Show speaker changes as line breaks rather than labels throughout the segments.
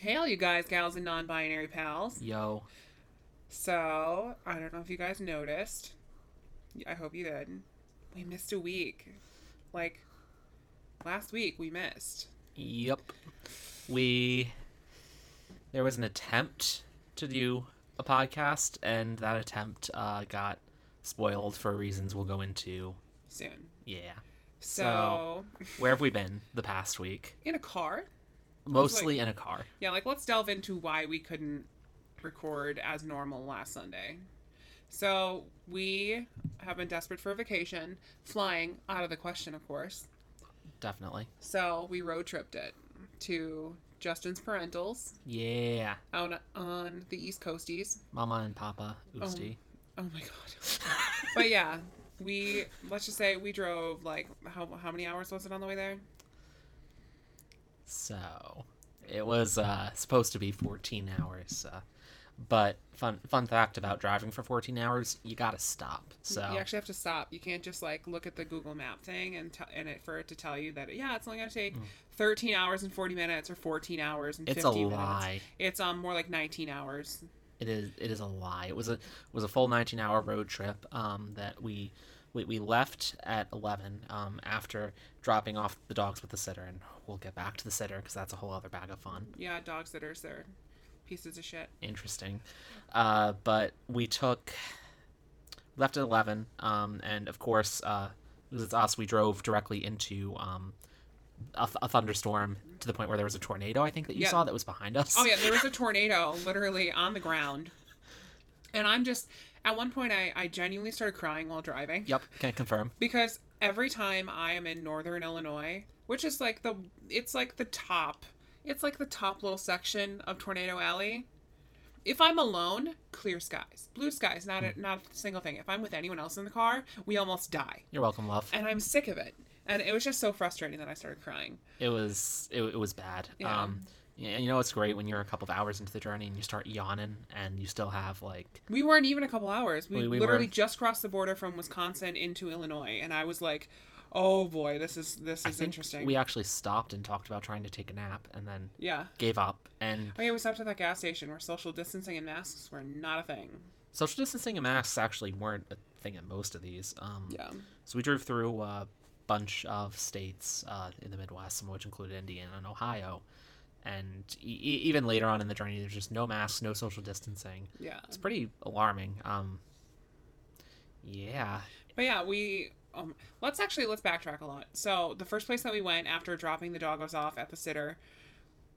Hail, you guys, gals, and non binary pals.
Yo.
So, I don't know if you guys noticed. I hope you did. We missed a week. Like, last week we missed.
Yep. We. There was an attempt to do a podcast, and that attempt uh, got spoiled for reasons we'll go into.
Soon.
Yeah.
So,
Where have we been the past week?
in a car.
Mostly in a car.
Yeah, like, let's delve into why we couldn't record as normal last Sunday. So, we have been desperate for a vacation, flying out of the question, of course.
Definitely.
So, we road tripped it to Justin's parentals
Yeah.
out on the East Coasties.
Mama and Papa Usti.
Oh my god. but yeah, we let's just say we drove like how how many hours was it on the way there?
So it was uh, supposed to be 14 hours. Uh, but fun fun fact about driving for 14 hours, you gotta stop. So
You actually have to stop. You can't just like look at the Google Map thing and tell and it for it to tell you that yeah, it's only gonna take 13 hours and 40 minutes or 14 hours and
Mm. It's
50
a
minutes.
lie.
It's um more like 19 hours.
it is it is a lie. It was a it was a full 19 hour road trip um, that we, we we left at 11 um, after dropping off the dogs with the sitter, and we'll get back to the sitter because that's a whole other bag of fun.
Yeah, dog sitters they're pieces of shit.
interesting. Uh, but we took left at eleven, um, and of course, uh, it was us. We drove directly into um, a, th- a thunderstorm to the point where there was a tornado. I think that you
Yeah.
saw that was behind us.
Oh yeah, there was a tornado literally on the ground. And I'm just at one point I I genuinely started crying while driving.
Yep. Can I confirm?
because every time I am in northern Illinois, which is like the it's like the top, it's like the top little section of Tornado Alley. If I'm alone, clear skies, blue skies, not a, not a single thing. If I'm with anyone else in the car, we almost die,
You're welcome, love.
and I'm sick of it. And it was just so frustrating that I started crying.
It was it, it was bad.
Yeah.
Um, yeah, you know it's great when you're a couple of hours into the journey and you start yawning and you still have like
We weren't even a couple hours. We,
We- we
literally
weren't.
just crossed the border from Wisconsin into Illinois, and I was like, "Oh boy, this is this is
I think
interesting."
We actually stopped and talked about trying to take a nap and then
yeah.
gave up and
Oh yeah, we stopped at that gas station where social distancing and masks were not a thing.
social distancing and masks actually weren't a thing at most of these. Um,
Yeah.
So we drove through a bunch of states uh, in the Midwest, some of which included Indiana and Ohio. And e- e- even later on in the journey, there's just no masks, no social distancing.
Yeah.
It's pretty alarming. Um, yeah.
But yeah, we um let's actually let's backtrack a lot. So the first place that we went after dropping the doggos off at the sitter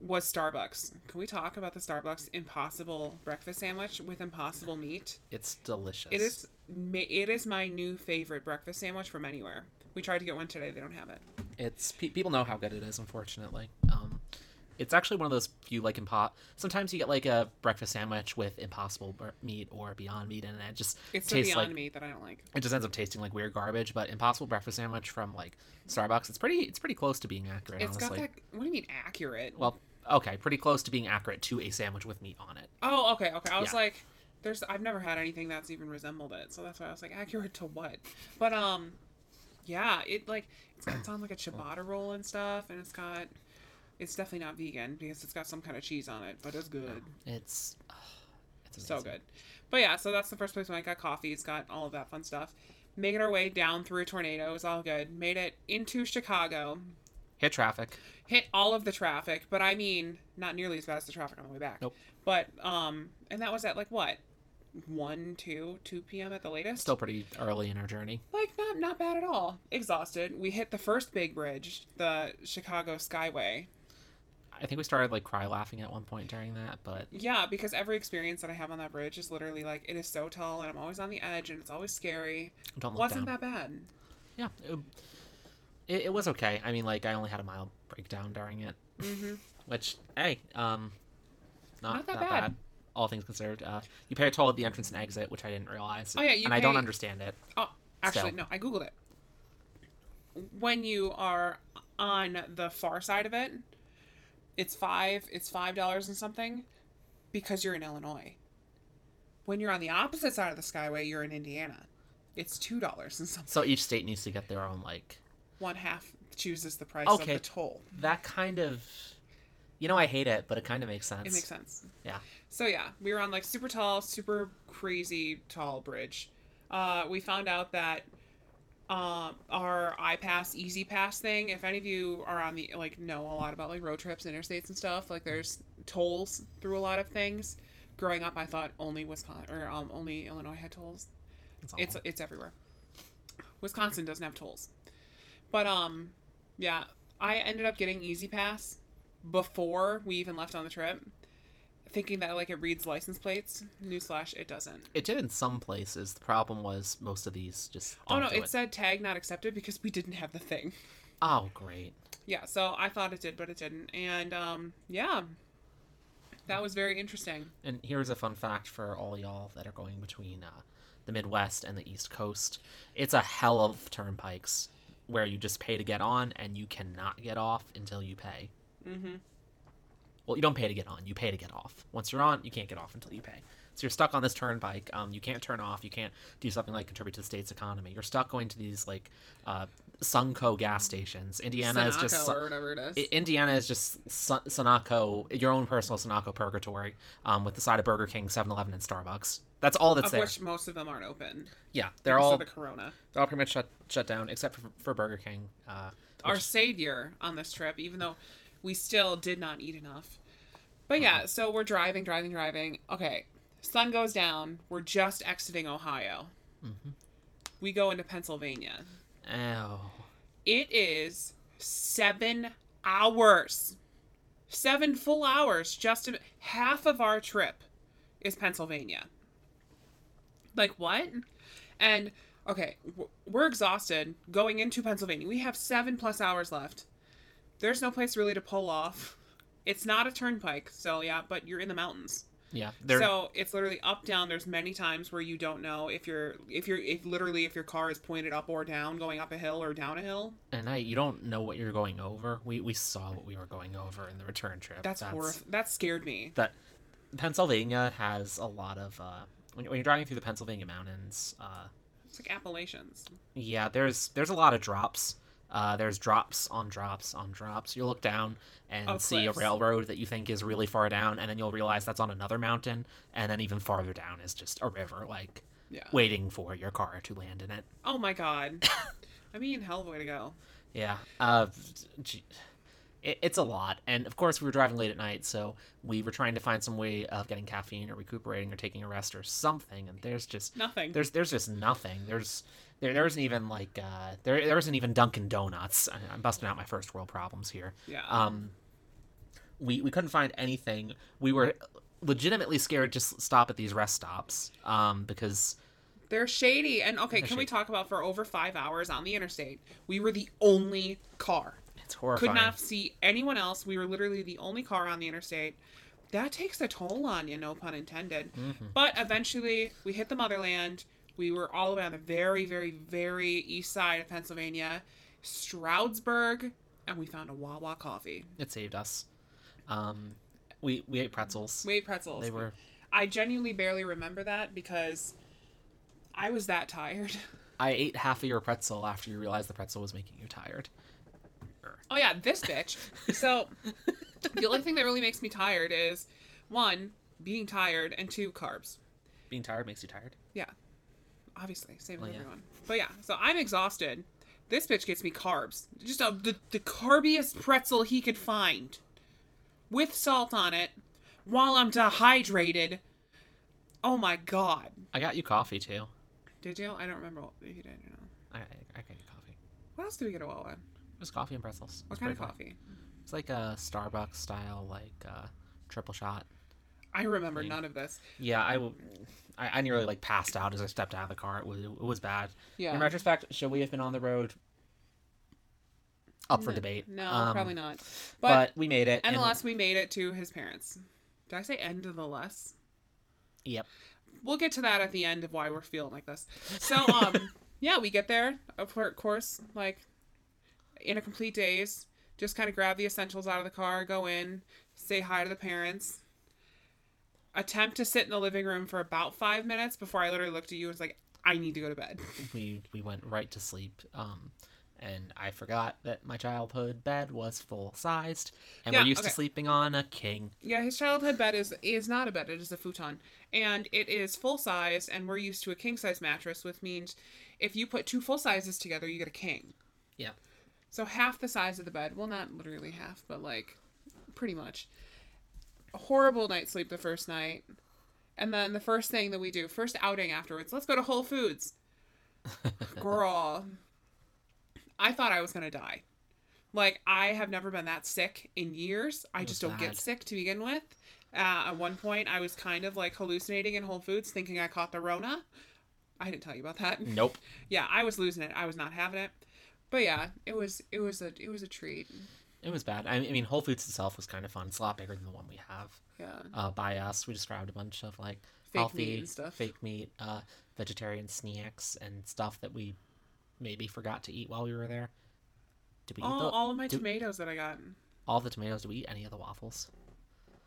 was Starbucks. Can we talk about the Starbucks impossible breakfast sandwich with impossible meat?
It's delicious.
It is ma- it is my new favorite breakfast sandwich from anywhere. We tried to get one today, they don't have it.
It's pe- people know how good it is, unfortunately. Um, it's actually one of those few like impo. Sometimes you get like a breakfast sandwich with Impossible Bur- meat or Beyond Meat, in it. and it just
It's the
tastes
beyond
like
meat that I don't like.
it just ends up tasting like weird garbage. But Impossible breakfast sandwich from like Starbucks, it's pretty it's pretty close to being accurate.
It's got
honestly,
that what do you mean accurate?
well, okay, pretty close to being accurate to a sandwich with meat on it.
Oh, okay, okay. I was
Yeah.
like, there's I've never had anything that's even resembled it, so that's why I was like, accurate to what? But um, yeah, it like it's got it's on like a ciabatta roll and stuff, and it's got it's definitely not vegan because it's got some kind of cheese on it, but it's good,
It's it's
so
Oh, amazing.
good. But yeah, so that's the first place when I got coffee. It's got all of that fun stuff. Making our way down through a tornado it was all good. Made it into Chicago,
Hit traffic.
hit all of the traffic, but I mean, not nearly as bad as the traffic on the way back.
Nope.
But um, and that was at like what, one, two, two p.m. at the latest.
Still pretty early in our journey.
Like not not bad at all. Exhausted. We hit the first big bridge, the Chicago Skyway.
I think we started like cry laughing at one point during that, but
Yeah, because every experience that I have on that bridge is literally like it is so tall, and I'm always on the edge, and it's always scary.
don't look
Wasn't
down.
that bad?
Yeah, it, it, it was okay. I mean, like I only had a mild breakdown during it,
hmm
which hey, um, not,
Not that
not
bad.
bad. All things considered, uh, you pay a toll at the entrance and exit, which I didn't realize.
Oh, yeah, you
and I don't
pay-
understand it.
Oh, actually,
So-
no, I Googled it. When you are on the far side of it, it's five it's five dollars and something because you're in Illinois. When you're on the opposite side of the skyway, you're in Indiana. It's two dollars and something.
So each state needs to get their own like
One half chooses the price of
Okay.
the toll.
that kind of You know, I hate it, but it kind of makes sense.
It makes sense.
Yeah.
So yeah, we were on like super tall, super crazy tall bridge. Uh, we found out that um, our iPass Easy Pass thing. If any of you are on the like know a lot about like road trips, interstates, and stuff, like there's tolls through a lot of things. Growing up, I thought only Wisconsin or um, only Illinois had tolls.
It's
It's
awful.
it's everywhere. Wisconsin doesn't have tolls, but um, yeah, I ended up getting Easy Pass before we even left on the trip, thinking that like it reads license plates. Newsflash, it doesn't.
it did in some places. The problem was most of these just.
Oh
don't
no,
do
it,
it.
said tag not accepted because we didn't have the thing.
Oh great.
Yeah, so I thought it did, but it didn't, and um, yeah, that was very interesting.
And here's a fun fact for all y'all that are going between uh, the Midwest and the East Coast. It's a hell of turnpikes where you just pay to get on and you cannot get off until you pay.
Mm-hmm.
Well, you don't pay to get on, you pay to get off. Once you're on, you can't get off until you pay. So you're stuck on this turnpike. Um, you can't turn off. You can't do something like contribute to the state's economy. You're stuck going to these like uh, Sunco gas stations. Indiana is just su-
or whatever it is.
I- Indiana is just Sun- Sunoco, your own personal Sunoco purgatory, um, with the side of Burger King, 7-Eleven, and Starbucks. That's all that's
of
there.
which most of them aren't open.
yeah, they're
because of
all
the Corona.
they're all pretty much shut shut down except for, for Burger King. Uh,
our
which-
savior on this trip, even though we still did not eat enough. But yeah, so we're driving, driving, driving. Okay, sun goes down. We're just exiting Ohio.
Mhm.
We go into Pennsylvania.
oh,
It is seven hours, seven full hours. Just a, half of our trip is Pennsylvania. Like what? And okay, w- we're exhausted going into Pennsylvania. We have seven plus hours left. There's no place really to pull off. It's not a turnpike, so yeah, but you're in the mountains.
yeah, they're
So it's literally up down. There's many times where you don't know if you're if you're if literally if your car is pointed up or down, going up a hill or down a hill.
and I you don't know what you're going over. We we saw what we were going over in the return trip.
That's, horrif- That scared me.
that Pennsylvania has a lot of uh, when, when you're driving through the Pennsylvania mountains. Uh,
It's like Appalachians.
Yeah, there's there's a lot of drops. Uh, there's drops on drops on drops. You look down and
Of
see
cliffs.
a railroad that you think is really far down, and then you'll realize that's on another mountain, and then even farther down is just a river, like
Yeah.
waiting for your car to land in it.
Oh my god. I mean, hell of a way to go.
Yeah, uh, gee, it, it's a lot, and of course we were driving late at night, so we were trying to find some way of getting caffeine or recuperating or taking a rest or something. And there's just
Nothing.
there's there's just nothing. There's there there isn't even like uh, there there isn't even Dunkin' Donuts. I- I'm busting out my first world problems here.
yeah.
Um, we we couldn't find anything. We were legitimately scared to s- stop at these rest stops um, because
They're shady. And okay,
They're
can we
shady.
talk about for over five hours on the interstate? We were the only car.
it's
Could
horrifying.
not see anyone else. We were literally the only car on the interstate. That takes a toll on you, no pun intended.
Mhm.
But eventually, we hit the motherland. We were all the way on the very, very, very east side of Pennsylvania, Stroudsburg, and we found a Wawa coffee.
It saved us. Um, we we ate pretzels.
We ate pretzels.
they were.
I genuinely barely remember that because I was that tired.
I ate half of your pretzel after you realized the pretzel was making you tired.
Oh yeah, this bitch. So the only thing that really makes me tired is one, being tired, and two, carbs.
Being tired makes you tired.
Obviously, same
Well,
with
yeah.
everyone. But yeah, so I'm exhausted. This bitch gets me carbs. Just a, the the carbiest pretzel he could find, with salt on it, while I'm dehydrated. Oh my god!
I got you coffee too.
Did you? I don't remember what, if you did. You know.
I I, I got you coffee.
What else did we get a well one?
It was coffee and pretzels. It
What
was
kind
pretty
of
good.
coffee?
It's like a Starbucks style, like uh, triple shot.
I remember
Thing.
none of this.
Yeah, I, w- I, I nearly like passed out as I stepped out of the car. It was, it was bad.
Yeah.
In retrospect, should we have been on the road? Up for debate.
No,
Um,
probably not. But,
But, we made it. and-
nonetheless, we made it to his parents. Did I say end of the less?
Yep.
We'll get to that at the end of why we're feeling like this. So, um, yeah, we get there, of cour- course, like in a complete daze. Just kind of grab the essentials out of the car, go in, say hi to the parents. Attempt to sit in the living room for about five minutes before I literally looked at you and was like, I need to go to bed.
We we went right to sleep. Um, and I forgot that my childhood bed was full sized, and
Yeah,
we're used
okay.
to sleeping on a king.
Yeah, his childhood bed is is not a bed; it is a futon, and it is full size. And we're used to a king size mattress, which means if you put two full sizes together, you get a king.
Yeah.
So half the size of the bed. Well, not literally half, but like pretty much. Horrible night's sleep the first night. And then the first thing that we do, first outing afterwards, let's go to Whole Foods. Girl, I thought I was going to die. Like, I have never been that sick in years. I just don't get
bad.
sick to begin with. Uh, at one point, I was kind of like hallucinating in Whole Foods, thinking I caught the Rona. I didn't tell you about that
Nope.
yeah, I was losing it. I was not having it. But yeah, it was it was a it was a treat.
It was bad. I I mean, Whole Foods itself was kind of fun. It's a lot bigger than the one we have
Yeah.
uh, by us. We described a bunch of like
Fake
healthy
meat and stuff.
fake meat, uh, vegetarian snacks, and stuff that we maybe forgot to eat while we were there. Did we eat
All,
the,
all of my
do-
tomatoes that I got.
all the tomatoes? Did we eat any of the waffles?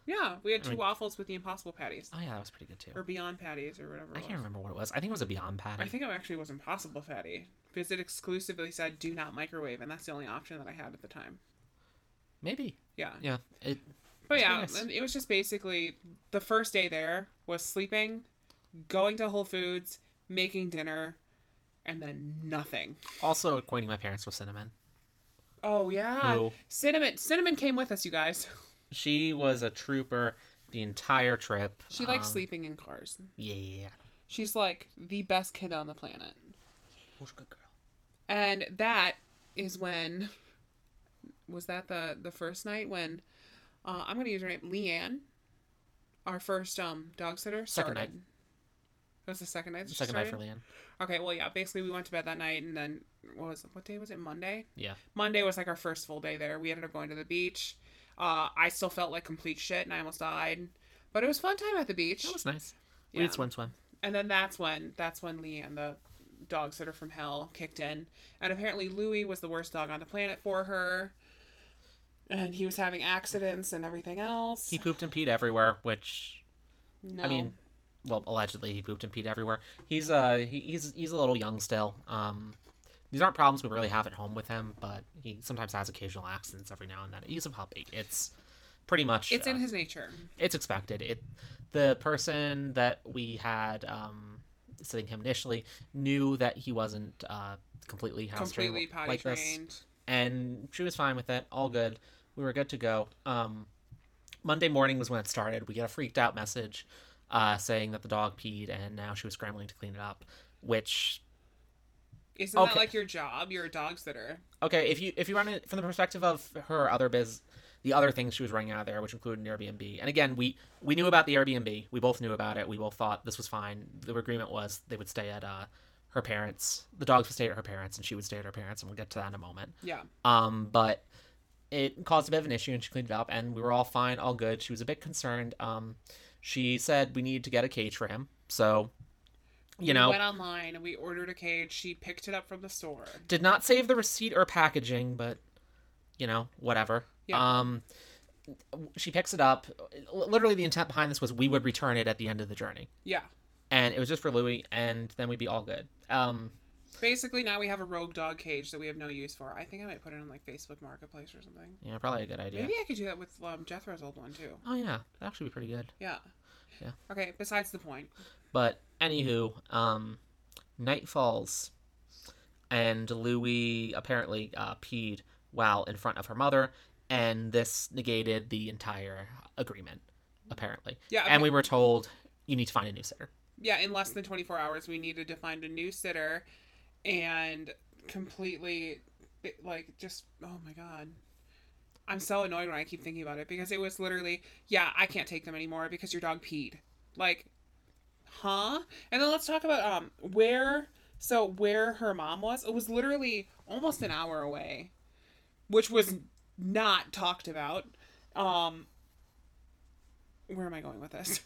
Yeah, we had
I
two
mean-
waffles with the impossible patties
Oh yeah, that was pretty good too.
or beyond patties or whatever. it
I can't
was.
remember what it was. I think it was a Beyond Patty.
I think it actually was impossible patty because it exclusively said do not microwave, and that's the only option that I had at the time.
Maybe.
Yeah.
Yeah. It
But
That's
yeah,
nice.
and it was just basically the first day there was sleeping, going to Whole Foods, making dinner, and then nothing.
also acquainting my parents with cinnamon.
Oh yeah,
Who-
cinnamon. Cinnamon came with us, you guys.
She was a trooper the entire trip.
She likes
Um,
sleeping in cars.
Yeah, yeah, yeah.
She's like the best kid on the planet.
Who's a good girl?
And that is when was that the the first night when uh, I'm gonna use her name Leanne, our first um dog sitter
Second
started.
night.
It was the second night. That she
Second night for
started?
Leanne.
Okay, well yeah, basically we went to bed that night and then what was what day was it? Monday.
Yeah.
Monday was like our first full day there. We ended up going to the beach. Uh, I still felt like complete shit and I almost died, but it was fun time at the beach.
That was nice. We
Yeah.
did swim swim.
and then that's when that's when Leanne, the dog sitter from hell, kicked in, and apparently Louie was the worst dog on the planet for her, and he was having accidents and everything else.
He pooped and peed everywhere, which
no.
I mean well, allegedly he pooped and peed everywhere. He's uh he, he's he's a little young still. Um these aren't problems we really have at home with him, but he sometimes has occasional accidents every now and then. He's a puppy. It's pretty much
it's
uh,
in his nature.
it's expected. It the person that we had um, sitting him initially knew that he wasn't uh, completely house trained
Completely potty
like this,
trained.
and she was fine with it. All good. We were good to go. Um, Monday morning was when it started. We got a freaked out message uh, saying that the dog peed, and now she was scrambling to clean it up. Which
Isn't that
Okay.
like your job? You're a dog sitter.
okay, if you if you run it from the perspective of her other biz, the other things she was running out of there, which included an Airbnb. And again, we we knew about the Airbnb. We both knew about it. We both thought this was fine. The agreement was they would stay at uh, her parents. The dogs would stay at her parents, and she would stay at her parents. And we'll get to that in a moment.
Yeah.
Um, but it caused a bit of an issue, and she cleaned it up, and we were all fine, all good. She was a bit concerned. Um, she said we need to get a cage for him. So, you know,
we went online and we ordered a cage. She picked it up from the store.
did not save the receipt or packaging, but you know, whatever.
Yeah.
Um she picks it up. L- Literally the intent behind this was we would return it at the end of the journey.
Yeah.
And it was just for Louis and then we'd be all good. Um
Basically, now we have a rogue dog cage that we have no use for. I think I might put it on like Facebook Marketplace or something.
yeah, probably a good idea.
Maybe I could do that with um, Jethro's old one too.
Oh yeah, that'd actually be pretty good.
Yeah.
Yeah.
Okay, besides the point.
But anywho, um night falls and Louis apparently uh peed while in front of her mother and this negated the entire agreement apparently.
Yeah,
And
okay.
we were told you need to find a new sitter.
Yeah, in less than 24 hours, we needed to find a new sitter and completely, like, just, oh my God. I'm so annoyed when I keep thinking about it because it was literally, yeah, I can't take them anymore because your dog peed. Like, huh? And then let's talk about um where so where her mom was. It was literally almost an hour away, which was not talked about. Um where am I going with this?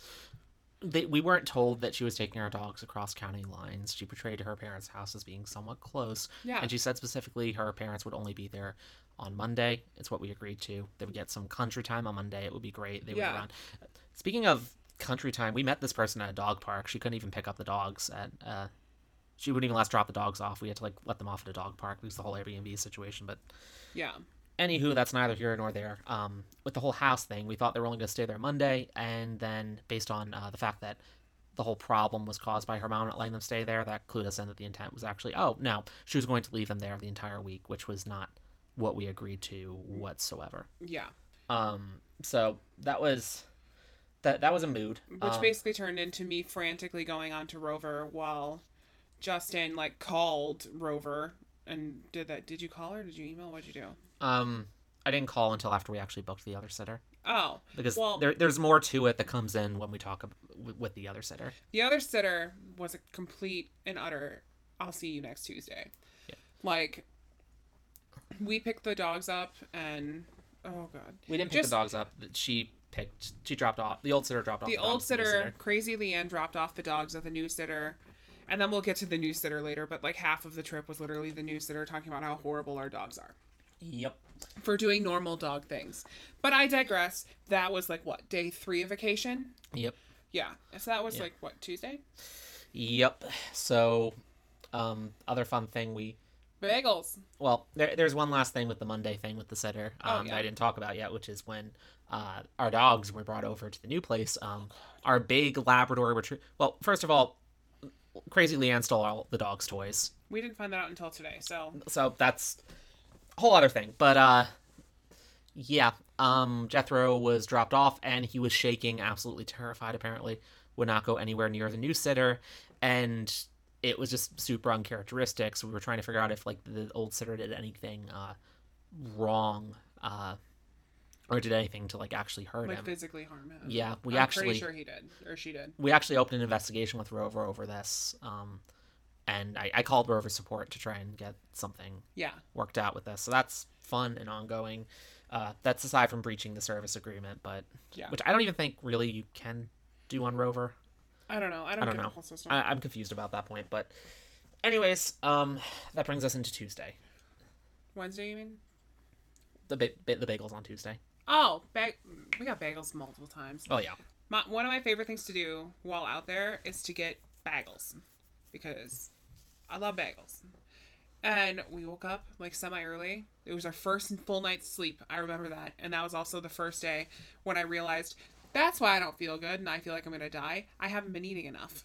they, we weren't told that she was taking her dogs across county lines. She portrayed her parents' house as being somewhat close.
Yeah.
And she said specifically her parents would only be there on Monday. It's what we agreed to. They would get some country time on Monday. It would be great. They would
Yeah.
run. Speaking of country time, we met this person at a dog park. She couldn't even pick up the dogs at uh, she wouldn't even let us drop the dogs off. We had to like let them off at a dog park. It was the whole Airbnb situation. But
Yeah.
anywho, that's neither here nor there. Um, with the whole house thing, we thought they were only going to stay there Monday, and then based on uh, the fact that the whole problem was caused by her mom not letting them stay there, that clued us in that the intent was actually, oh no, she was going to leave them there the entire week, which was not what we agreed to whatsoever.
Yeah.
Um, so that was that that was a mood.
Which
Um,
basically turned into me frantically going on to Rover while Justin like called Rover and did that. Did you call her? Did you email? What'd you do?
um, I didn't call until after we actually booked the other sitter
Oh,
because
Well-
there, there's more to it that comes in when we talk ab- w- with the other sitter.
the other sitter was a complete and utter. I'll see you next Tuesday.
Yeah.
Like, we picked the dogs up and oh god,
We didn't pick
Just-
the dogs up. that She picked. She dropped off. The old sitter dropped off.
the
dogs
old
to the new
sitter, crazy Leanne, dropped off the dogs at the new sitter. And then we'll get to the new sitter later, but like half of the trip was literally the new sitter talking about how horrible our dogs are.
Yep.
for doing normal dog things. But I digress. That was like what day three of vacation.
Yep.
Yeah, so that was
Yeah.
like what Tuesday.
Yep. So, um, other fun thing we.
Bagels.
Well, there, there's one last thing with the Monday thing with the sitter um,
Oh,
that
yeah.
I didn't talk about yet, which is when uh, our dogs were brought over to the new place. Um, our big Labrador retriever. Well, first of all, Crazy Leanne stole all the dogs' toys.
We didn't find that out until today. So
so that's a whole other thing but uh yeah um jethro was dropped off and he was shaking absolutely terrified apparently would not go anywhere near the new sitter and it was just super uncharacteristic so we were trying to figure out if like the old sitter did anything uh wrong uh or did anything to like actually hurt
like
him
physically harm him.
yeah we
I'm
actually
pretty sure he did or she did.
we actually opened an investigation with rover over this um and I, I called rover support to try and get something
Yeah,
worked out with us. So that's fun and ongoing. Uh, that's aside from breaching the service agreement, but
Yeah.
which I don't even think really you can do on Rover.
I don't know. I don't,
I don't
get
know.
the whole system.
I, I'm confused about that point, but anyways, um, that brings us into Tuesday.
Wednesday, you mean?
The ba- ba- the bagels on Tuesday.
Oh, bag. We got bagels multiple times.
Oh yeah,
My, one of my favorite things to do while out there is to get bagels because I love bagels. And we woke up like semi early. It was our first full night's sleep. I remember that. And that was also the first day when I realized that's why I don't feel good and I feel like I'm going to die. I haven't been eating enough.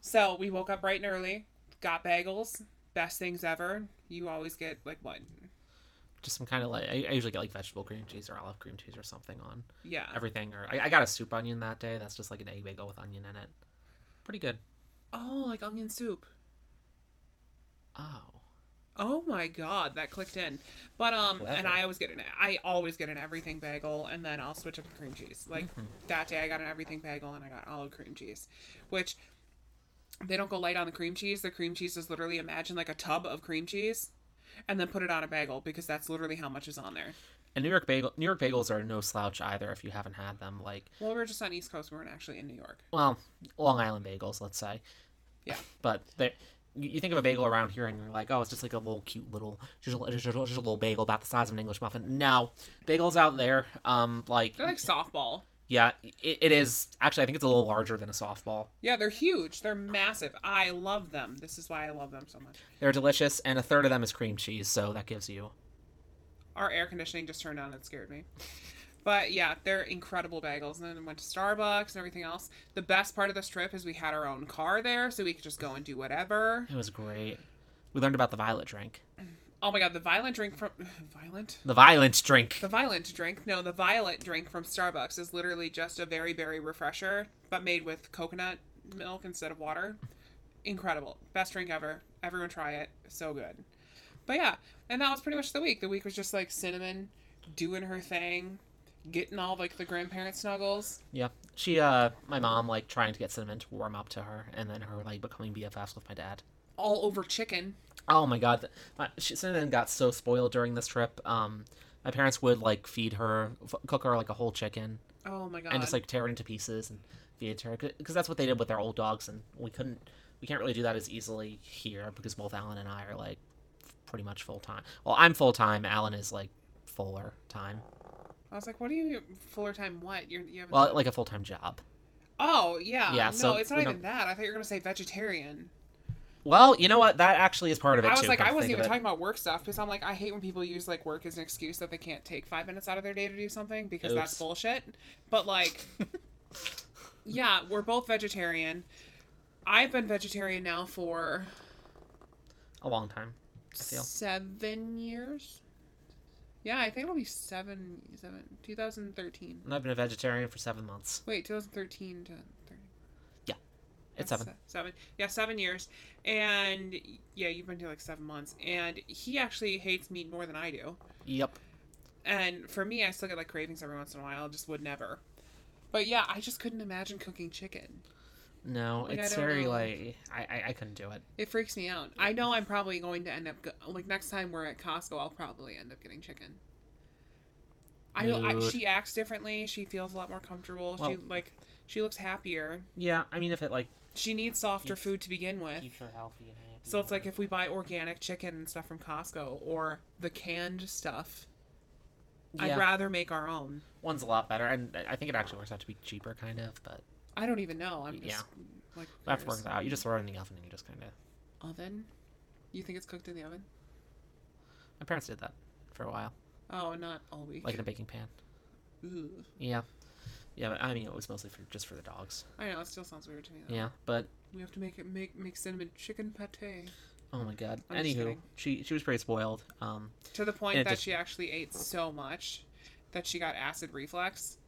So we woke up bright and early, got bagels. Best things ever. You always get like what?
just some kind of like I, I usually get like vegetable cream cheese or olive cream cheese or something on
Yeah.
everything. Or I, I got a soup onion that day. That's just like an egg bagel with onion in it. Pretty good.
Oh, like onion soup.
Oh,
Oh my god, that clicked in. But um, and
Clever.
I always get an I always get an everything bagel, and then I'll switch up the cream cheese. Like that day, I got an everything bagel, and I got olive cream cheese, which they don't go light on the cream cheese. The cream cheese is literally imagine like a tub of cream cheese, and then put it on a bagel because that's literally how much is on there.
and New York bagel New York bagels are no slouch either. If you haven't had them, like
Well, we were just on East Coast. We weren't actually in New York.
well, Long Island bagels, let's say.
Yeah.
But they, you you think of a bagel around here, and you're like, oh, it's just like a little cute little, just a, just a, just a little bagel about the size of an English muffin. No, bagels out there, um, like,
They're like softball.
yeah, it, it is actually. I think it's a little larger than a softball.
Yeah, they're huge. They're massive. I love them. This is why I love them so much.
They're delicious, and a third of them is cream cheese, so that gives you.
our air conditioning just turned on and scared me. But yeah, they're incredible bagels. And then went to Starbucks and everything else. The best part of this trip is we had our own car there, so we could just go and do whatever.
It was great. We learned about the violet drink,
Oh my god, the violent drink from violent.
the violence drink.
The violent drink, no, the violet drink from Starbucks is literally just a very berry refresher, but made with coconut milk instead of water. Incredible, best drink ever. Everyone try it, so good. But yeah, and that was pretty much the week. The week was just like cinnamon doing her thing, getting all like the grandparent snuggles.
Yeah, she, uh, my mom, like trying to get cinnamon to warm up to her, and then her like becoming BFFs with my dad.
all over chicken.
Oh my god, th- my, she Cinnamon got so spoiled during this trip. Um, my parents would like feed her, f- cook her like a whole chicken,
Oh my god!
and just like tear it into pieces and feed it to her because that's what they did with their old dogs, and we couldn't, we can't really do that as easily here because both Alan and I are like f- pretty much full time. Well, I'm full time. Alan is like fuller time.
I was like, "What are you fuller time? What you're you have?"
Well, like a full time job.
oh yeah,
Yeah,
No,
so
it's
we
not even
don't-
that. I thought you were gonna say vegetarian.
Well, you know what? That actually is part of it
I was
too.
like,
come
I
to
wasn't
think
even
of it.
talking about work stuff because I'm like, I hate when people use like work as an excuse that they can't take five minutes out of their day to do something because that's
Oops.
bullshit. But like, yeah, we're both vegetarian. I've been vegetarian now for
a long time. feel.
seven years. Yeah, I think it'll be seven, seven, 2013.
And I've been a vegetarian for seven months.
Wait, 2013 to 30.
It's
That's
seven.
se- Seven. Yeah, seven years. And yeah, you've been here like seven months. And he actually hates meat more than I do.
Yep.
And for me, I still get like cravings every once in a while. I just would never. But yeah, I just couldn't imagine cooking chicken.
No,
Like, I
it's
don't
very
know.
like I, I I couldn't do it.
It freaks me out. I know I'm probably going to end up go- like next time we're at Costco, I'll probably end up getting chicken. I, I
Dude.
she acts differently. She feels a lot more comfortable. she
Well-
like she looks happier.
Yeah, I mean if it like
She needs softer
Keeps-
food to begin with.
keeps her healthy and happy.
So it's like if we buy organic chicken and stuff from Costco or the canned stuff,
Yeah.
I'd rather make our own.
one's a lot better, and I think it actually works out to be cheaper, kind of. But
I don't even know. I'm just
Yeah.
like
we have to work
there's
that out. You just throw it in the oven and you just kind of.
oven. You think it's cooked in the oven?
My parents did that for a while,
Oh, not all week.
like in a baking pan.
Ooh.
Yeah, yeah. But I mean, it was mostly for just for the dogs.
I know it still sounds weird to me. Though.
Yeah, but
We have to make it make make cinnamon chicken pate
oh my god.
I'm just
Anywho,
kidding.
she she was pretty spoiled. Um,
to the point
Yeah,
that
just-
she actually ate so much that she got acid reflux,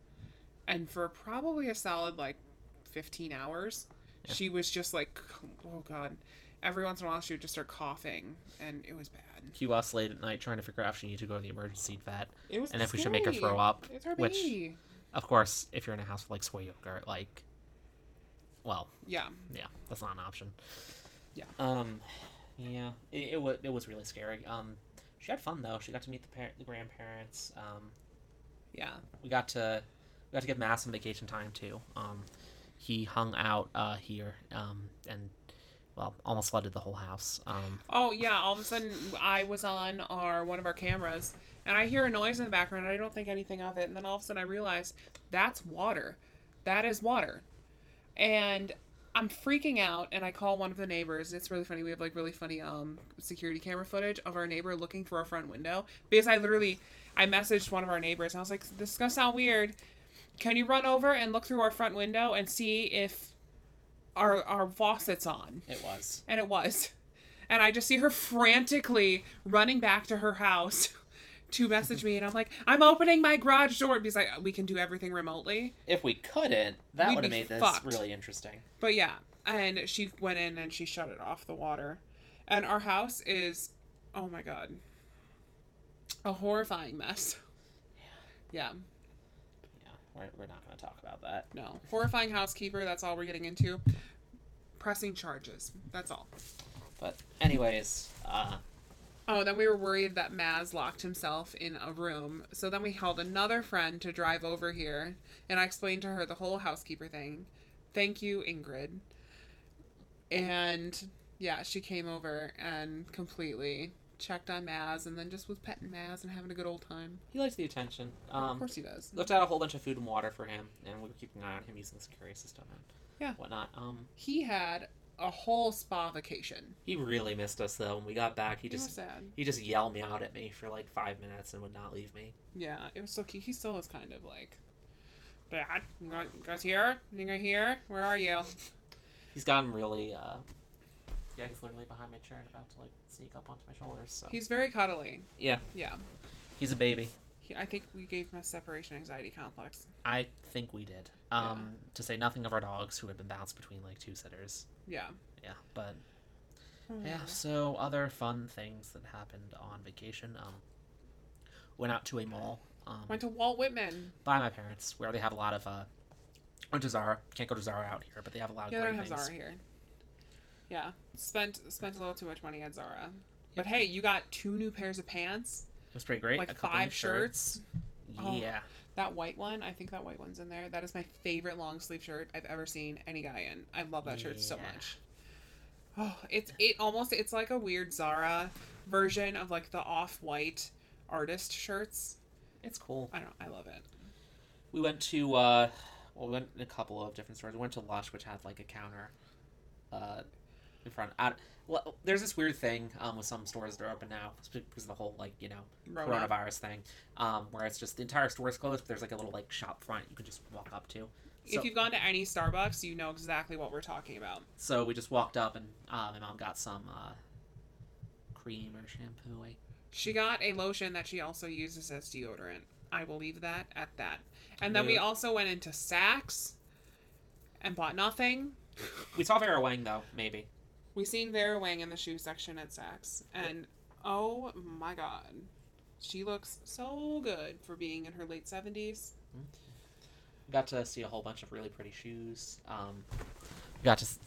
and for probably a solid like fifteen hours,
Yeah.
she was just like, oh god. Every once in a while, she would just start coughing, and it was bad.
she was late at night trying to figure out if she needed to go to the emergency vet.
It was
and if we should make her throw up,
It's her
which-
baby.
Of course, if you're in a house with like soy yogurt, like, well,
Yeah.
yeah, that's not an option.
Yeah.
Um, yeah, it it, wa- it was really scary. Um, she had fun though. She got to meet the parent, the grandparents. Um,
Yeah.
we got to we got to give Mass some vacation time too. Um, he hung out uh, here um, and well almost flooded the whole house. Um,
Oh yeah, all of a sudden I was on our one of our cameras and I hear a noise in the background and I don't think anything of it and then all of a sudden I realize that's water. That is water. And I'm freaking out and I call one of the neighbors. It's really funny. We have like really funny um security camera footage of our neighbor looking for our front window because I literally I messaged one of our neighbors and I was like this is going to sound weird. Can you run over and look through our front window and see if our our faucet's on?
it was.
And it was. And I just see her frantically running back to her house to message me. And I'm like, I'm opening my garage door. Because like, we can do everything remotely.
If we couldn't, that
We'd
would have
be
made this
fucked.
really interesting.
But yeah. And she went in and she shut it off the water. And our house is, oh my God, a horrifying mess. Yeah.
Yeah, we're, we're not going to talk about that.
No. Horrifying housekeeper. That's all we're getting into. Pressing charges. That's all.
But anyways, uh,
Oh, then we were worried that Maz locked himself in a room. So then we called another friend to drive over here, and I explained to her the whole housekeeper thing. Thank you, Ingrid. And yeah, she came over and completely checked on Maz and then just was petting Maz and having a good old time.
he likes the attention.
Of
Um,
course he does.
left out a whole bunch of food and water for him, and we were keeping an eye on him using the security system and
Yeah.
whatnot. Um,
He had a whole spa vacation.
he really missed us though. When we got back, he
It was
just
sad.
he just yelled me out at me for like five minutes and would not leave me.
Yeah, it was so cute. He still is kind of like, Dad, you guys here? You guys here? Where are you?
He's gotten really. Uh, yeah, he's literally behind my chair and about to like sneak up onto my shoulders. So
He's very cuddly.
yeah,
Yeah.
he's a baby.
He, I think we gave him a separation anxiety complex.
I think we did. Um, to say nothing of our dogs who had been bounced between like two sitters.
Yeah.
Yeah, but
Oh,
Yeah, so other fun things that happened on vacation. Um, went out to a mall um,
Went to Walt Whitman.
by my parents, where they have a lot of. Uh, went to Zara. Can't go to Zara out here, but they have a lot of
Yeah, they
great
don't have
things.
Zara here. Yeah. Spent spent a little too much money at Zara. But hey, you got two new pairs of pants,
It was pretty great.
like
a couple new
five shirts. Oh.
Yeah,
That white one, I think that white one's in there. That is my favorite long sleeve shirt I've ever seen any guy in. I love that shirt so
Yeah.
much. Oh, it's it almost it's like a weird Zara version of like the off white artist shirts.
it's cool.
I don't know, I love it.
We went to. Uh, well, we went in a couple of different stores. We went to Lush, which had like a counter. Uh, in front. Out, well, there's this weird thing um, with some stores that are open now because of the whole like you know
Rona.
coronavirus thing, um, where it's just the entire store is closed, but there's like a little like shop front you can just walk up to. So,
If you've gone to any Starbucks, you know exactly what we're talking about.
so we just walked up and uh, my mom got some uh, cream or shampoo. I
She got a lotion that she also uses as deodorant. I will leave that at that. And then we
Yeah.
also went into Saks and bought nothing.
We saw Vera Wang though, maybe.
We seen Vera Wang in the shoe section at Saks, and oh my god, she looks so good for being in her late seventies.
Got to see a whole bunch of really pretty shoes. Um, we got to, s-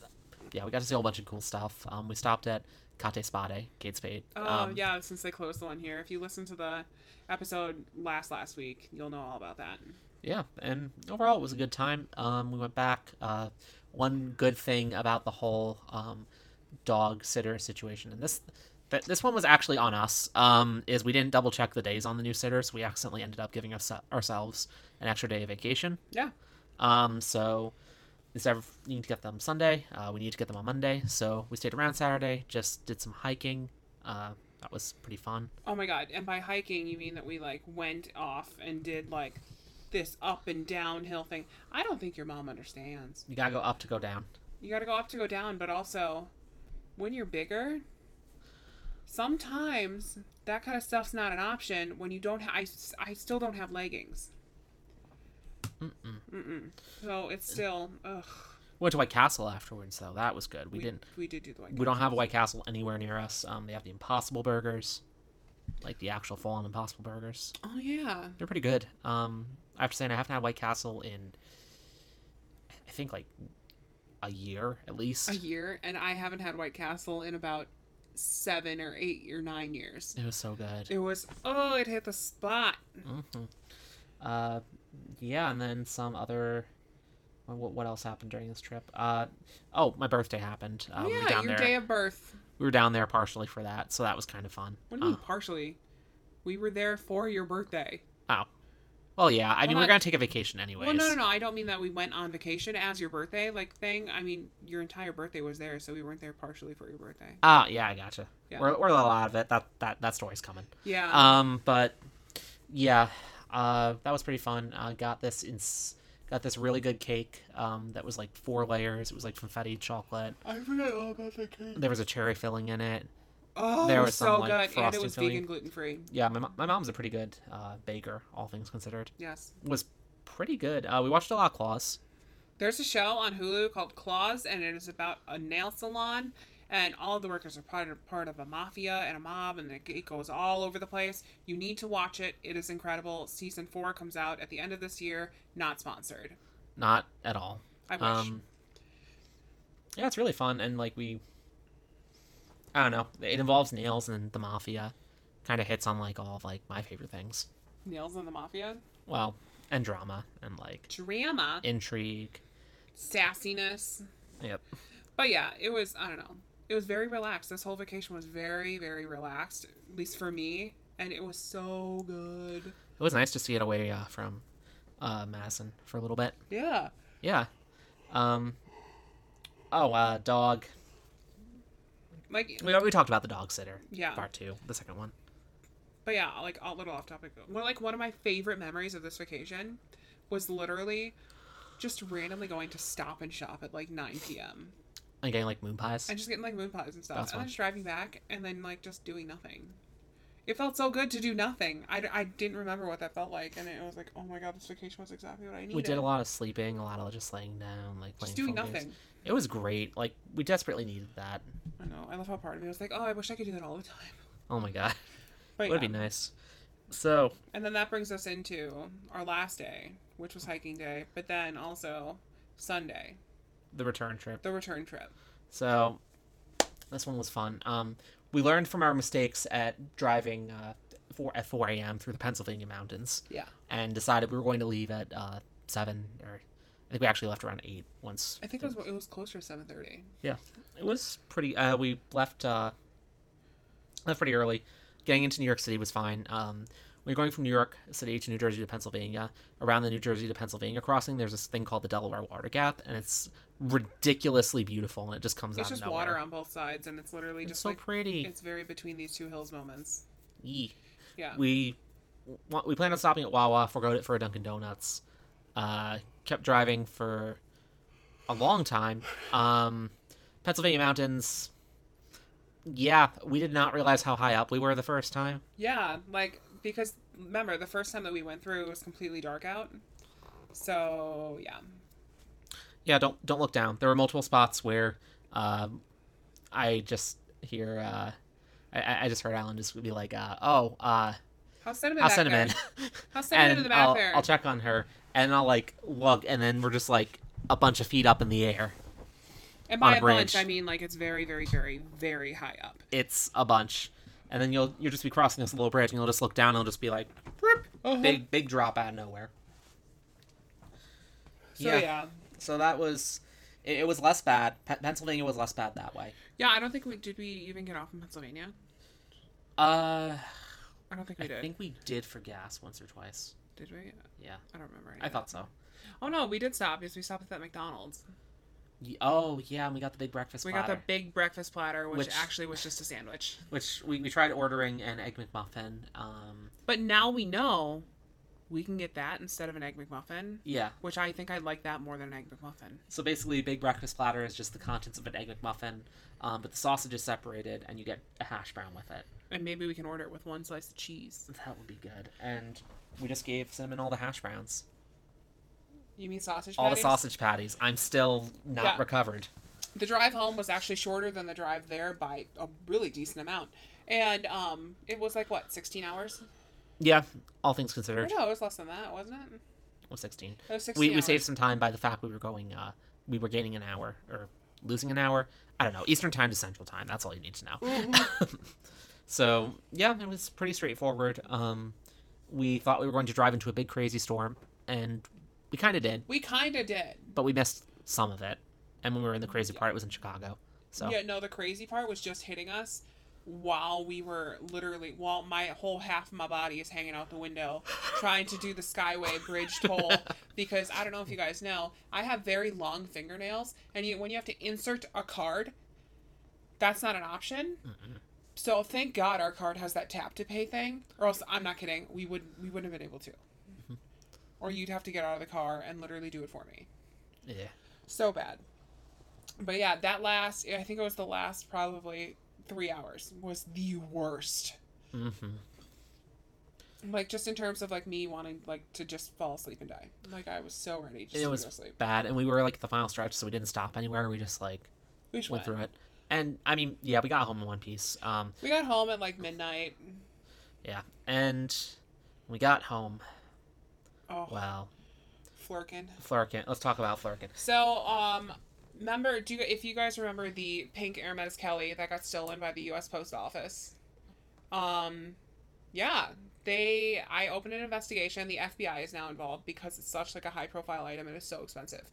yeah, we got to see a whole bunch of cool stuff. Um, we stopped at Kate Spade, Kate Spade.
Oh
um,
yeah, since they closed the one here. If you listen to the episode last last week, you'll know all about that.
yeah, and overall it was a good time. Um, we went back. Uh, one good thing about the whole um, dog sitter situation, and this that this one was actually on us, um, is we didn't double check the days on the new sitter, so we accidentally ended up giving ourse- ourselves an extra day of vacation.
Yeah,
Um, so instead of you need to get them Sunday, uh, we need to get them on Monday. So we stayed around Saturday, just did some hiking. Uh, that was pretty fun.
Oh my god! And by hiking, you mean that we like went off and did like this up and downhill thing. I don't think your mom understands.
You gotta go up to go down.
You got to go up to go down, but also when you're bigger, sometimes that kind of stuff's not an option when you don't. Ha- I s- I still don't have leggings.
Mm-mm.
Mm-mm. So it's still ugh.
Went to White Castle afterwards, though. That was good. We, didn't.
We did do the white.
We don't have a White Castle anywhere near us. Um, they have the Impossible Burgers, like the actual full-on Impossible Burgers.
Oh yeah.
They're pretty good. Um, I have to say, and I haven't had White Castle in, I think like a year at least.
A year, and I haven't had White Castle in about seven or eight or nine years.
It was so good.
It was oh, it hit the spot.
Mm-hmm. Uh, yeah, and then some other. What, what else happened during this trip? Uh, oh, my birthday happened. Uh, we were
yeah,
down
your
there.
day of birth.
We were down there partially for that, so that was kind of fun.
What do you
Uh,
mean partially? We were there for your birthday.
oh, well, yeah. I mean,
Well,
we're
not-
gonna take a vacation anyways.
Well, no, no, no. I don't mean that we went on vacation as your birthday like thing. I mean your entire birthday was there, so we weren't there partially for your birthday.
Ah, yeah, I gotcha.
Yeah. Uh-huh.
We're, we're a little out of it. That that that story's coming.
Yeah.
Um, but yeah, uh, that was pretty fun. Uh, got this ins- got this really good cake. Um, that was like four layers. It was like confetti chocolate.
I forgot all about that cake.
There was a cherry filling in it.
Oh,
there was
so
some, like,
good, and it
frosting
was
filling.
vegan, gluten free.
yeah my, mo- my mom's a pretty good uh, baker all things considered
Yes.
was pretty good uh, we watched a lot of claws
There's a show on Hulu called Claws, and it is about a nail salon, and all of the workers are part of, part of a mafia and a mob, and it, it goes all over the place. You need to watch it. It is incredible. Season four comes out at the end of this year. Not sponsored.
not at all
I wish.
um, yeah it's really fun and like we i don't know it involves nails and the mafia kind of hits on like all of like my favorite things
Nails and the mafia.
well and drama and like
Drama.
intrigue
Sassiness.
yep
But yeah, it was, I don't know. It was very relaxed. This whole vacation was very, very relaxed, at least for me. And it was so good.
it was nice to see it away uh, from uh, madison for a little bit
Yeah.
yeah um oh uh dog
Like,
we, we talked about the dog sitter
yeah.
part two, the second one.
But yeah, like a little off topic. One like one of my favorite memories of this vacation was literally just randomly going to stop and shop at like 9 p.m.
And getting like moon pies.
and just getting like moon pies and stuff,
That's
and then
fun.
just driving back and then like just doing nothing. It felt so good to do nothing. I, I didn't remember what that felt like, and it was like, oh my god, this vacation was exactly what I needed.
We did a lot of sleeping, a lot of just laying down, like playing
Just doing
phone games.
nothing.
It was great. Like we desperately needed that.
I know. I love how part of me was like, oh, I wish I could do that all the time.
Oh my god,
But
would
yeah.
be nice. So
And then that brings us into our last day, which was hiking day, but then also Sunday,
the return trip.
the return trip.
So this one was fun. Um, we learned from our mistakes at driving uh, four at four a.m. through the Pennsylvania mountains,
Yeah.
and decided we were going to leave at uh, seven or. I think we actually left around eight once.
I think it was it was closer to seven thirty.
It was pretty. Uh, we left uh, left pretty early. Getting into New York City was fine. Um, When you're going from New York City to New Jersey to Pennsylvania, around the New Jersey to Pennsylvania crossing, there's this thing called the Delaware Water Gap, and it's ridiculously beautiful, and it just comes
It's
out
just
of nowhere.
water on both sides, and it's literally
it's
just
so
like
pretty.
it's very between these two hills moments.
Yee.
Yeah.
we wa- we planned on stopping at Wawa, forgot it for a Dunkin' Donuts. Uh, kept driving for a long time. Um, Pennsylvania mountains. Yeah, we did not realize how high up we were the first time.
Yeah, like because remember the first time that we went through it was completely dark out. So yeah.
Yeah, don't don't look down. There were multiple spots where um, I just hear uh, I- I, I just heard Alan just be like, uh, "Oh, uh,
How's sentiment
I'll
back
send him
there?
in."
How's sentiment in
and
the back
I'll,
there?
I'll check on her and I'll like look and then we're just like a bunch of feet up in the air.
and
on
by
a
a bunch,
branch.
I mean like it's very, very, very, very high up.
It's a bunch. And then you'll you'll just be crossing this little bridge and you'll just look down and it'll just be like "Whoop,"
Uh-huh.
big big drop out of nowhere.
So yeah. yeah.
So that was it, it was less bad. Pe- Pennsylvania was less bad that way.
I don't think we did we even get off in Pennsylvania.
Uh
I don't think we
I
did.
think we did for gas once or twice.
Did we?
Yeah.
I don't remember. any
I
of that.
thought so.
Oh no, we did stop because we stopped at that McDonald's.
Ye- Oh yeah, and we got the big breakfast
We got
platter,
the big breakfast platter, which,
Which-
actually was just a sandwich.
which we, we tried ordering an egg McMuffin. Um,
But now we know we can get that instead of an egg McMuffin,
yeah,
which I think I like that more than an egg McMuffin.
So basically, big breakfast platter is just the contents of an egg McMuffin, um, but the sausage is separated, and you get a hash brown with it.
And maybe we can order it with one slice of cheese.
That would be good. And we just gave cinnamon all the hash browns,
You mean sausage?
all the
patties?
sausage patties. I'm still not
Yeah.
recovered.
The drive home was actually shorter than the drive there by a really decent amount, and um, it was like what sixteen hours?
Yeah, all
Or
things considered,
no, it was less than that, wasn't it?
I'm 16.
It was sixteen.
We we
hours.
saved some time by the fact we were going. Uh, we were gaining an hour or losing an hour. I don't know. Eastern time to Central time. That's all you need to know.
Mm-hmm.
so yeah, it was pretty straightforward. Um, we thought we were going to drive into a big crazy storm, and we kind of did.
We kind of did.
but we missed some of it. And when we were in the crazy part, it was in Chicago. So
Yeah, no, the crazy part was just hitting us while we were literally while my whole half of my body is hanging out the window trying to do the skyway bridge toll because I don't know if you guys know, I have very long fingernails and you, when you have to insert a card, that's not an option. So thank God our card has that tap to pay thing, or else I'm not kidding, we would we wouldn't have been able to. Or you'd have to get out of the car and literally do it for me
yeah,
so bad. But yeah, that last I think it was the last probably three hours was the worst.
hmm
Like just in terms of like me wanting like to just fall asleep and die. Like I was so ready just
it
to
was
go to sleep.
bad. And we were like at the final stretch, so we didn't stop anywhere. We just like
We just went.
went through it. And I mean, yeah, we got home in one piece. Um,
We got home at like midnight.
yeah, and we got home.
Oh,
Well,
flirkin.
Flurkin. Let's talk about Flurkin.
So um, remember do you, if you guys remember the pink Hermes Kelly that got stolen by the U.S. Post Office? Um, yeah, they. I opened an investigation. The FBI is now involved because it's such like a high profile item and it's so expensive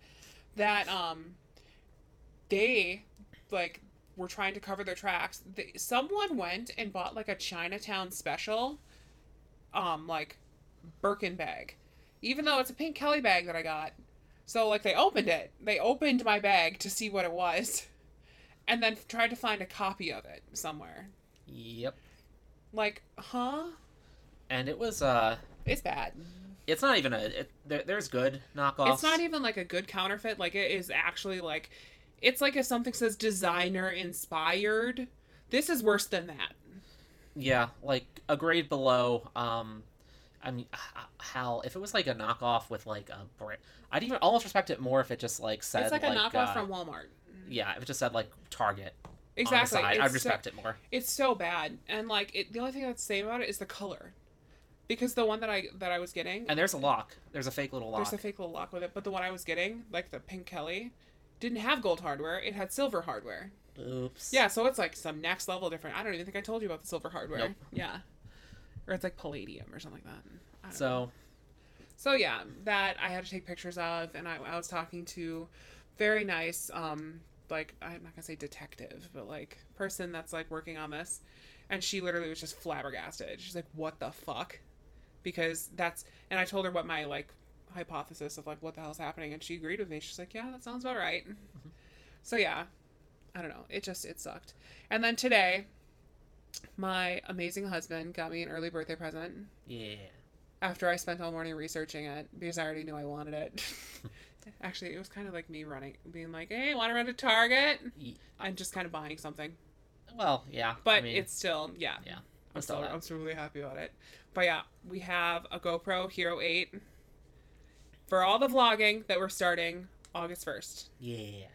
that um, they like were trying to cover their tracks. They, someone went and bought like a Chinatown special, um, like Birkin bag, even though it's a pink Kelly bag that I got. So like they opened it. They opened my bag to see what it was, and then tried to find a copy of it somewhere.
Yep.
Like, huh?
And it was uh,
It's bad.
it's not even a. It, there, there's good knockoffs.
It's not e-, even like a good counterfeit. Like it is actually like, it's like if something says designer inspired. This is worse than that.
Yeah, like a grade below. Um, I mean, h- h- hell, if it was like a knockoff with like a brand, I'd even almost respect it more if it just like said
It's like a knockoff
uh,
from Walmart.
Yeah, if it just said like Target.
Exactly.
On the side,
It's
I'd
so-
respect it more.
It's so bad, and like it, the only thing I'd say about it is the color, because the one that I that I was getting,
And there's a lock. There's a fake little lock.
There's a fake little lock with it, but the one I was getting, like the pink Kelly, didn't have gold hardware. It had silver hardware.
Oops.
Yeah, so it's like some next level different. I don't even think I told you about the silver hardware.
Nope.
Yeah, or it's like palladium or something like that. I don't know.
So
so yeah, that I had to take pictures of, and I, I was talking to very nice, um, like I'm not gonna say detective, but like person that's like working on this, and she literally was just flabbergasted. She's like, "What the fuck." because that's and I told her what my like hypothesis of like what the hell's happening and she agreed with me. She's like, "Yeah, that sounds about right." So yeah. I don't know. It just it sucked. And then today my amazing husband got me an early birthday present
Yeah.
after I spent all morning researching it because I already knew I wanted it. Actually, it was kind of like me running, being like, "Hey, want to run to Target?"
Ye-
and just kind of buying something.
Well, yeah.
But
I mean,
it's still, yeah,
yeah.
I'm
I'm
still,
still
I'm still really happy about it. But yeah, we have a GoPro Hero Eight for all the vlogging that we're starting August first,
yeah.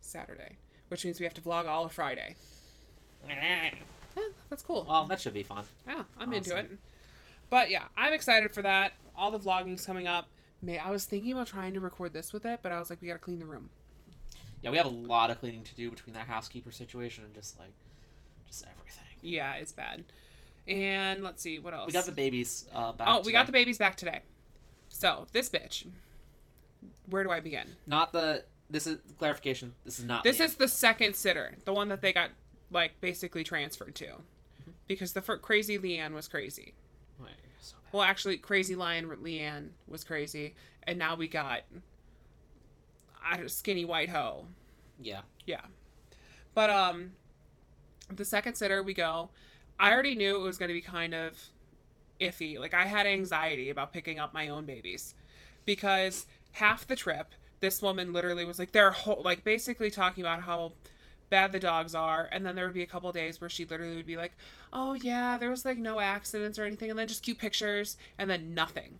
Saturday, which means we have to vlog all of Friday. Eh, that's cool.
Well, that should be fun.
Yeah, I'm into it.
Awesome.
But yeah, I'm excited for that. All the vlogging's coming up. May I was thinking about trying to record this with it, but I was like, we gotta clean the room.
Yeah, we have a lot of cleaning to do between that housekeeper situation and just like, just everything.
Yeah, it's bad. And let's see what else.
We got the babies uh, back.
oh, we got the
today.
babies back today. So this bitch. Where do I begin?
not the. This is clarification. This is not.
This
the
is the second sitter, the one that they got like basically transferred to, because the fir- crazy Leanne was crazy.
Wait, you're so bad.
Well, actually, Crazy Lion Leanne was crazy, and now we got I don't, Skinny White Ho.
yeah.
Yeah, but um, the second sitter we go. I already knew it was going to be kind of iffy. Like I had anxiety about picking up my own babies because half the trip, this woman literally was like, "They're whole," like basically talking about how bad the dogs are, and then there would be a couple days where she literally would be like, "Oh yeah, there was like no accidents or anything," and then just cute pictures, and then nothing.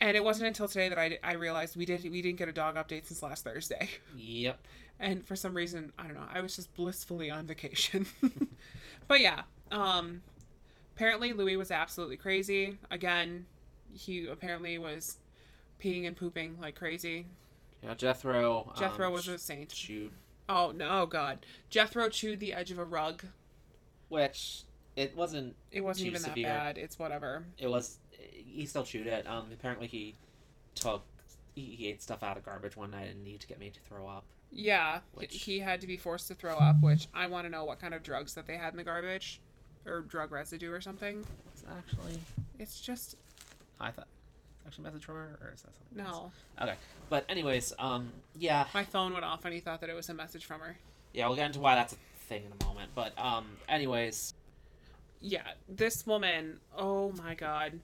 And it wasn't until today that I, I realized we didn't we didn't get a dog update since last Thursday.
Yep.
and for some reason i don't know i was just blissfully on vacation but yeah um apparently louis was absolutely crazy again he apparently was peeing and pooping like crazy
Yeah. Jethro. um,
jethro was
sh-
a saint
shoot,
oh no oh, god jethro chewed the edge of a rug
which it wasn't.
it wasn't
Too
even that
severe.
bad it's whatever
It was. He still chewed it. Um. Apparently he took. He, he ate stuff out of garbage one night and needed to get me to throw up.
yeah
Which-
he had to be forced to throw up which i want to know what kind of drugs that they had in the garbage or drug residue or something
Is that actually?
it's just
I thought. Actually, message from her, or is that something? else?
no
Okay, but anyways, um, yeah,
my phone went off and he thought that it was a message from her
yeah, we'll get into why that's a thing in a moment. But um, anyways,
yeah, this woman, oh my god.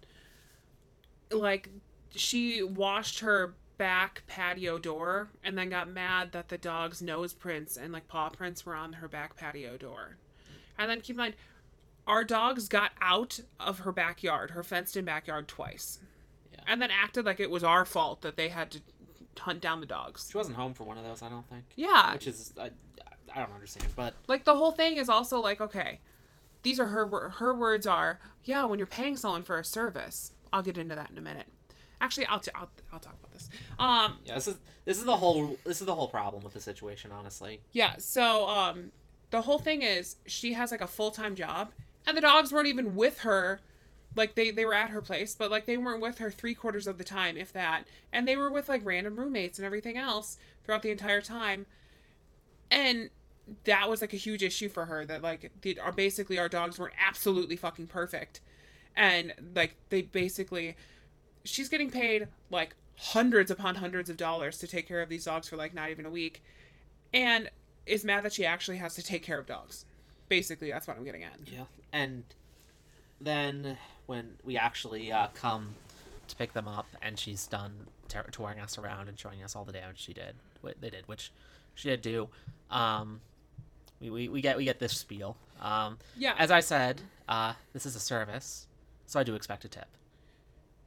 Like she washed her back patio door and then got mad that the dog's nose prints and like paw prints were on her back patio door. And then keep in mind our dogs got out of her backyard, her fenced in backyard twice.
Yeah.
And then acted like it was our fault that they had to hunt down the dogs.
she wasn't home for one of those, I don't think.
Yeah.
Which is, I, I don't understand, but
like the whole thing is also like okay these are her wor- her words are yeah when you're paying someone for a service i'll get into that in a minute actually i'll t- I'll, I'll talk about this um
yeah, this is this is the whole this is the whole problem with the situation, honestly.
yeah so um the whole thing is she has like a full-time job and the dogs weren't even with her like they they were at her place but like they weren't with her three quarters of the time if that and they were with like random roommates and everything else throughout the entire time and that was like a huge issue for her that like the, our, basically our dogs weren't absolutely fucking perfect and like they basically she's getting paid like hundreds upon hundreds of dollars to take care of these dogs for like not even a week and is mad that she actually has to take care of dogs basically that's what i'm getting at
Yeah, and then when we actually uh, come to pick them up, and she's done ter- touring us around and showing us all the damage she did, what they did, which she did do. Um, we, we, we get we get this spiel. Um,
yeah
As I said, uh, this is a service, so I do expect a tip.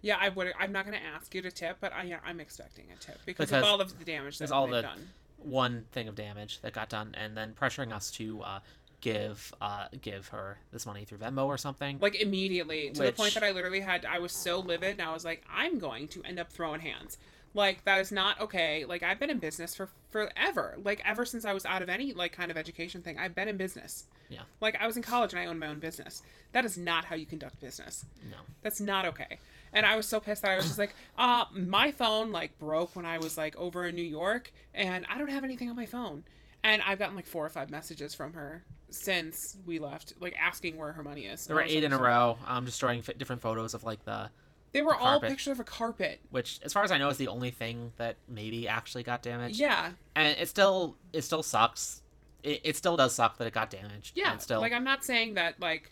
yeah i would i'm not going to ask you to tip but i i'm expecting a tip because,
Because
of all of the damage that's
there's all
all
the-
done
One thing of damage that got done, and then pressuring us to uh, give uh, give her this money through Venmo or something.
like immediately to the point
Which-
that I literally had I was so livid and I was like I'm going to end up throwing hands. Like that is not okay. Like I've been in business for forever. Like ever since I was out of any like kind of education thing, I've been in business.
Yeah.
Like I was in college and I owned my own business. That is not how you conduct business.
No.
That's not okay. And I was so pissed that I was just like, uh, my phone like broke when I was like over in New York and I don't have anything on my phone. And I've gotten like four or five messages from her since we left, like asking where her money is.
There were
All
eight
sorts
in a
of-
row. I'm just drawing f- different photos of like the,
They were
The
all
carpet.
pictures of a carpet.
which as far as I know is the only thing that maybe actually got damaged.
Yeah,
And it still, it still sucks. It, it still does suck that it got damaged.
yeah.
And still,
Like I'm not saying that. Like,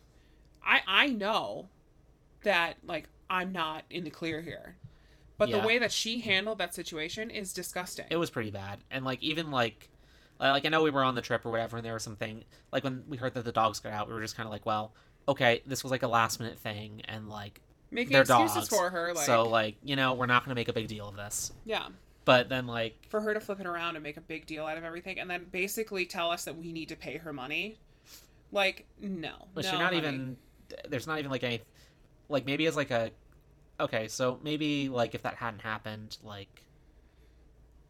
I I know that like I'm not in the clear here, but
Yeah.
the way that she handled that situation is disgusting.
it was pretty bad and like even like uh, like i know we were on the trip or whatever and there was something like when we heard that the dogs got out we were just kind of like well okay this was like a last minute thing and like
Making
they're
excuses
dogs,
for her, like,
so like you know we're not gonna make a big deal of this
yeah,
but then like
for her to flip it around and make a big deal out of everything, and then basically tell us that we need to pay her money. Like, no,
but
no,
you're not
honey.
even there's not even like any like maybe it's like a okay so maybe like if that hadn't happened like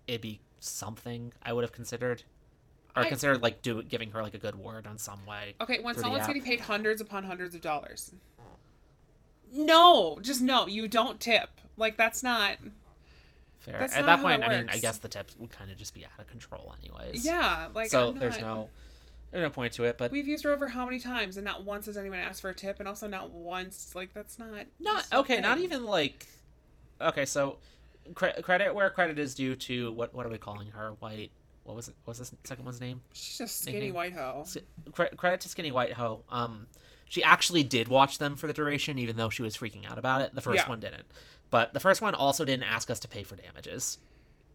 it'd be something i would have considered or
I-
considered like do giving her like a good word on some way
Okay, when
through the
someone's
app.
getting paid hundreds upon hundreds of dollars. No, just no. You don't tip. Like that's not.
Fair.
That's
At
not
that
how
point,
that
I mean, I
works.
guess the tips would kind of just be out of control, anyways.
Yeah, like
so
I'm
there's
not-
no, there's no point to it. But
We've used her over how many times, and not once has anyone asked for a tip, and also not once. Like that's not.
not
that's
okay. Not
okay.
even like, okay. So cre- credit where credit is due to what? What are we calling her? White. What was it? What was this second one's name?
She's just skinny
Mhm.
white hoe.
S- Cre- credit to Skinny White Ho. Um, she actually did watch them for the duration, even though she was freaking out about it. The first
Yeah.
one didn't, but the first one also didn't ask us to pay for damages,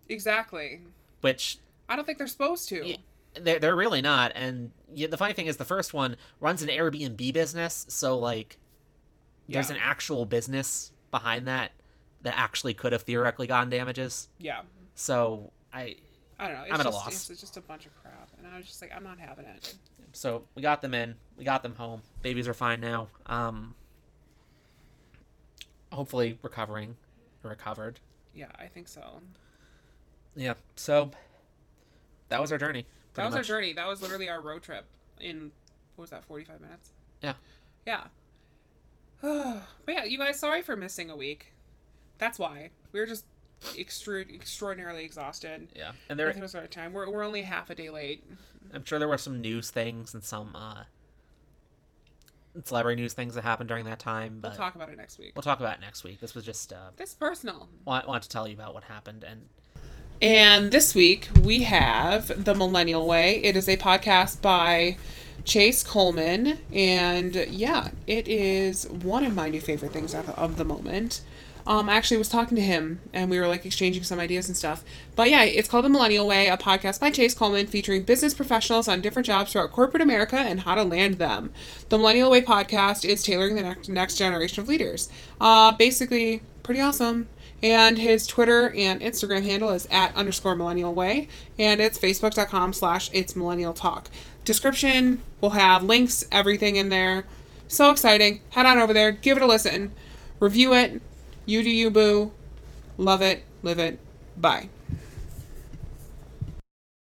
Exactly.
which
I don't think they're supposed to.
Yeah. they're, they're really not and yeah, the funny thing is the first one runs an airbnb business so like there's
Yeah.
an actual business behind that that actually could have theoretically gotten damages
Yeah.
so i
I don't know. It's
at a
just,
loss.
It's, it's just a bunch of crap, and I was just like, I'm not having it.
so we got them in we got them home babies are fine now um hopefully recovering recovered
Yeah, I think so.
yeah so that was our journey
that
pretty
was our
much.
journey. That was literally our road trip in what was that, forty five minutes?
Yeah.
Yeah. but yeah, you guys, sorry for missing a week. That's why we were just extra- extraordinarily exhausted.
yeah and
I
there
think it was our time. We're, we're only half a day late.
I'm sure there were some news things and some uh, celebrity news things that happened during that time, but
We'll talk about it next week.
we'll talk about it next week. This was just uh,
This is personal.
wa- want to tell you about what happened, and
And this week we have The Millennial Way. It is a podcast by Chase Coleman. And yeah, it is one of my new favorite things of of the moment. Um, I actually was talking to him and we were like exchanging some ideas and stuff. But yeah, it's called The Millennial Way, a podcast by Chase Coleman featuring business professionals on different jobs throughout corporate America and how to land them. The Millennial Way podcast is tailoring the next, next generation of leaders. Uh, basically, pretty awesome. And his Twitter and Instagram handle is at underscore millennial way. And it's facebook.com slash it's millennial talk. Description, we'll have links, everything in there. So exciting. Head on over there, give it a listen, review it. You do you, boo. Love it, live it. Bye.